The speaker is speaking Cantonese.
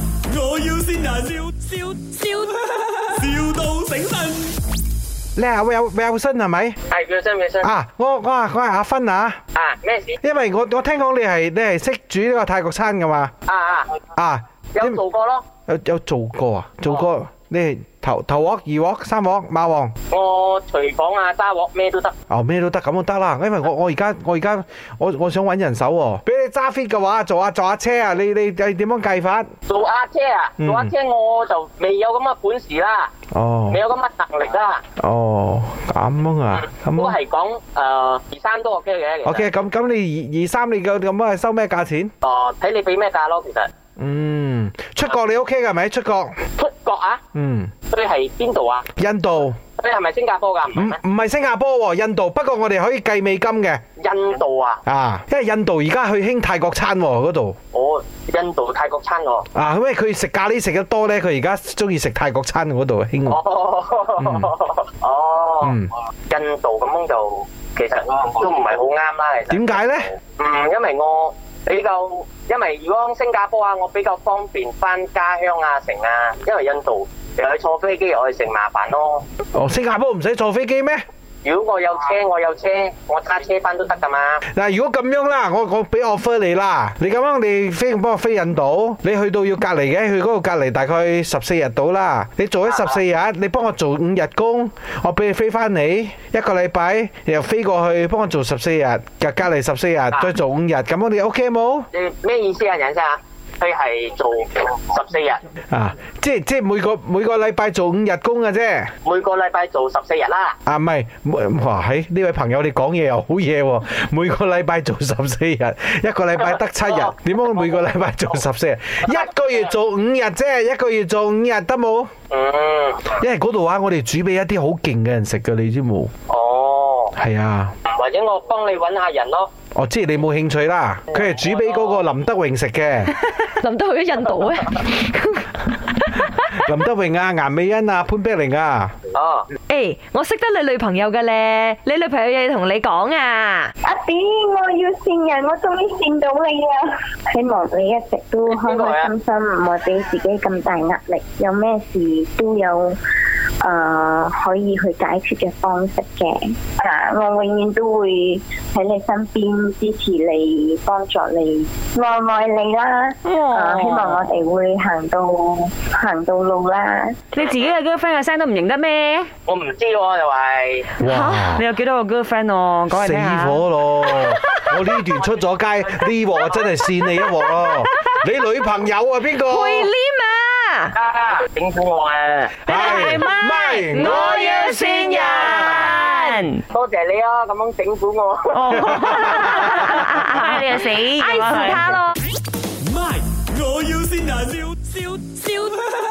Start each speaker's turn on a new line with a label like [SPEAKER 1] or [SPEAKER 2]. [SPEAKER 1] 要先人，笑笑笑，,笑到醒神。
[SPEAKER 2] 你係 Will Wilson 係咪？
[SPEAKER 3] 係叫聲，叫聲啊！
[SPEAKER 2] 啊，我我係我係阿芬啊，
[SPEAKER 3] 咩事？
[SPEAKER 2] 因為我我聽講你係你係識煮呢個泰國餐噶嘛？
[SPEAKER 3] 啊啊，
[SPEAKER 2] 啊，
[SPEAKER 3] 有
[SPEAKER 2] 你
[SPEAKER 3] 做哦過咯。
[SPEAKER 2] 有有做過啊？做過你係頭頭鑊、二鑊、三鑊、馬王。
[SPEAKER 3] 我廚房啊、沙鍋咩都得。
[SPEAKER 2] 哦，咩都得咁就得啦，因為我我而家我而家我我想揾人手喎、俾你揸 fit 嘅話，做下做下車啊，你你你點樣計法？
[SPEAKER 3] 做阿姐啊，
[SPEAKER 2] 嗯
[SPEAKER 3] 做阿姐我就未有咁嘅本事啦，
[SPEAKER 2] 哦
[SPEAKER 3] 未有咁嘅能力啦。
[SPEAKER 2] 哦，咁樣啊，咁
[SPEAKER 3] 都
[SPEAKER 2] 樣。
[SPEAKER 3] 係講誒二三都 OK 嘅。其實
[SPEAKER 2] À, OK，咁咁你二二三你個咁樣係收咩價錢？
[SPEAKER 3] 哦，睇你俾咩價咯。其實
[SPEAKER 2] 嗯，出國你 OK 嘅係咪？出國，
[SPEAKER 3] 出國啊，
[SPEAKER 2] 嗯，
[SPEAKER 3] 佢係邊度啊？
[SPEAKER 2] 印度。
[SPEAKER 3] 佢係咪新加坡㗎？唔
[SPEAKER 2] 唔
[SPEAKER 3] 係咩？
[SPEAKER 2] 唔係新加坡喎，印度。不過我哋可以計美金嘅
[SPEAKER 3] 印度啊，
[SPEAKER 2] 啊，因為印度而家去興泰國餐喎嗰度
[SPEAKER 3] 我印度泰國餐喎。
[SPEAKER 2] 啊，因為佢食咖喱食得多咧，佢而家中意食泰國餐嗰度興喎。
[SPEAKER 3] 哦，哦，
[SPEAKER 2] 嗯
[SPEAKER 3] 印度咁樣就其實都唔係好啱啦。其
[SPEAKER 2] 點
[SPEAKER 3] 實
[SPEAKER 2] 解咧？
[SPEAKER 3] 嗯，因為我比較，因為如果新加坡啊，我比較方便翻家鄉啊、成啊，因為印度又去坐飛機又去成麻煩咯。
[SPEAKER 2] 哦，新加坡唔使坐飛機咩？
[SPEAKER 3] 如果我有車，我有車，我揸車翻都得噶嘛。
[SPEAKER 2] 嗱，如果咁樣啦，我我俾 offer 你啦，你咁樣你飛幫我飛印度，你去到要隔離嘅，去嗰度隔離大概十四日到啦。你做咗十四日，你幫我做五日工，我俾你飛翻嚟一個禮拜，你又飛過去幫我做十四日，又隔離十四日，再做五日，咁樣你 OK 冇？
[SPEAKER 3] 你咩意思啊，人生啊？佢係做十四日，
[SPEAKER 2] 啊，即係即係每個每個禮拜做五日工嘅啫。
[SPEAKER 3] 每個禮拜做十四日啦。
[SPEAKER 2] 啊，唔係，哇！喺呢位朋友你講嘢又好嘢喎，每個禮拜做十四日，一個禮拜得七日，點解每個禮拜做十四日？一個月做五日啫，一個月做五日得冇？
[SPEAKER 3] 嗯，
[SPEAKER 2] 因為嗰度話我哋煮俾一啲好勁嘅人食嘅，你知冇？
[SPEAKER 3] 哦，
[SPEAKER 2] 係啊，
[SPEAKER 3] 或者我幫你揾下人咯。
[SPEAKER 2] 我知你冇興趣啦，佢係煮俾嗰個林德榮食嘅，
[SPEAKER 4] 林德去咗印度咧。
[SPEAKER 2] 林德榮啊、顏美欣啊、潘碧玲啊，
[SPEAKER 3] 哦，
[SPEAKER 4] 誒，我識得你女朋友嘅咧，你女朋友有嘢同你講啊。
[SPEAKER 5] 阿 B，我要善人，我終於善到你啦！希望你一直都開開心心，唔好俾自己咁大壓力，有咩事都有誒、呃可以去解決嘅方式嘅。啊，我永遠都會喺你身邊支持你，幫助你，我愛你啦！
[SPEAKER 4] 哦
[SPEAKER 5] 啊希望我哋會行到行到路啦。
[SPEAKER 4] 你自己嘅 girlfriend 嘅聲都唔認得咩？
[SPEAKER 3] 我唔知喎，又係。
[SPEAKER 2] 哇！
[SPEAKER 4] 你有幾多個 girlfriend 喎？講嚟啊
[SPEAKER 2] 死
[SPEAKER 4] 聽下。
[SPEAKER 2] 火咯！我呢段出咗街，呢鑊啊真係扇你一鑊咯！你女朋友啊邊個？
[SPEAKER 4] 佩廉啊！
[SPEAKER 3] 啊，整蠱我啊！
[SPEAKER 2] 係咪？
[SPEAKER 4] 人。
[SPEAKER 3] 多謝你啊，咁樣整蠱我。
[SPEAKER 4] 哦， 哎你又死，挨死他咯。
[SPEAKER 1] 啊咪，我要先人，笑笑笑，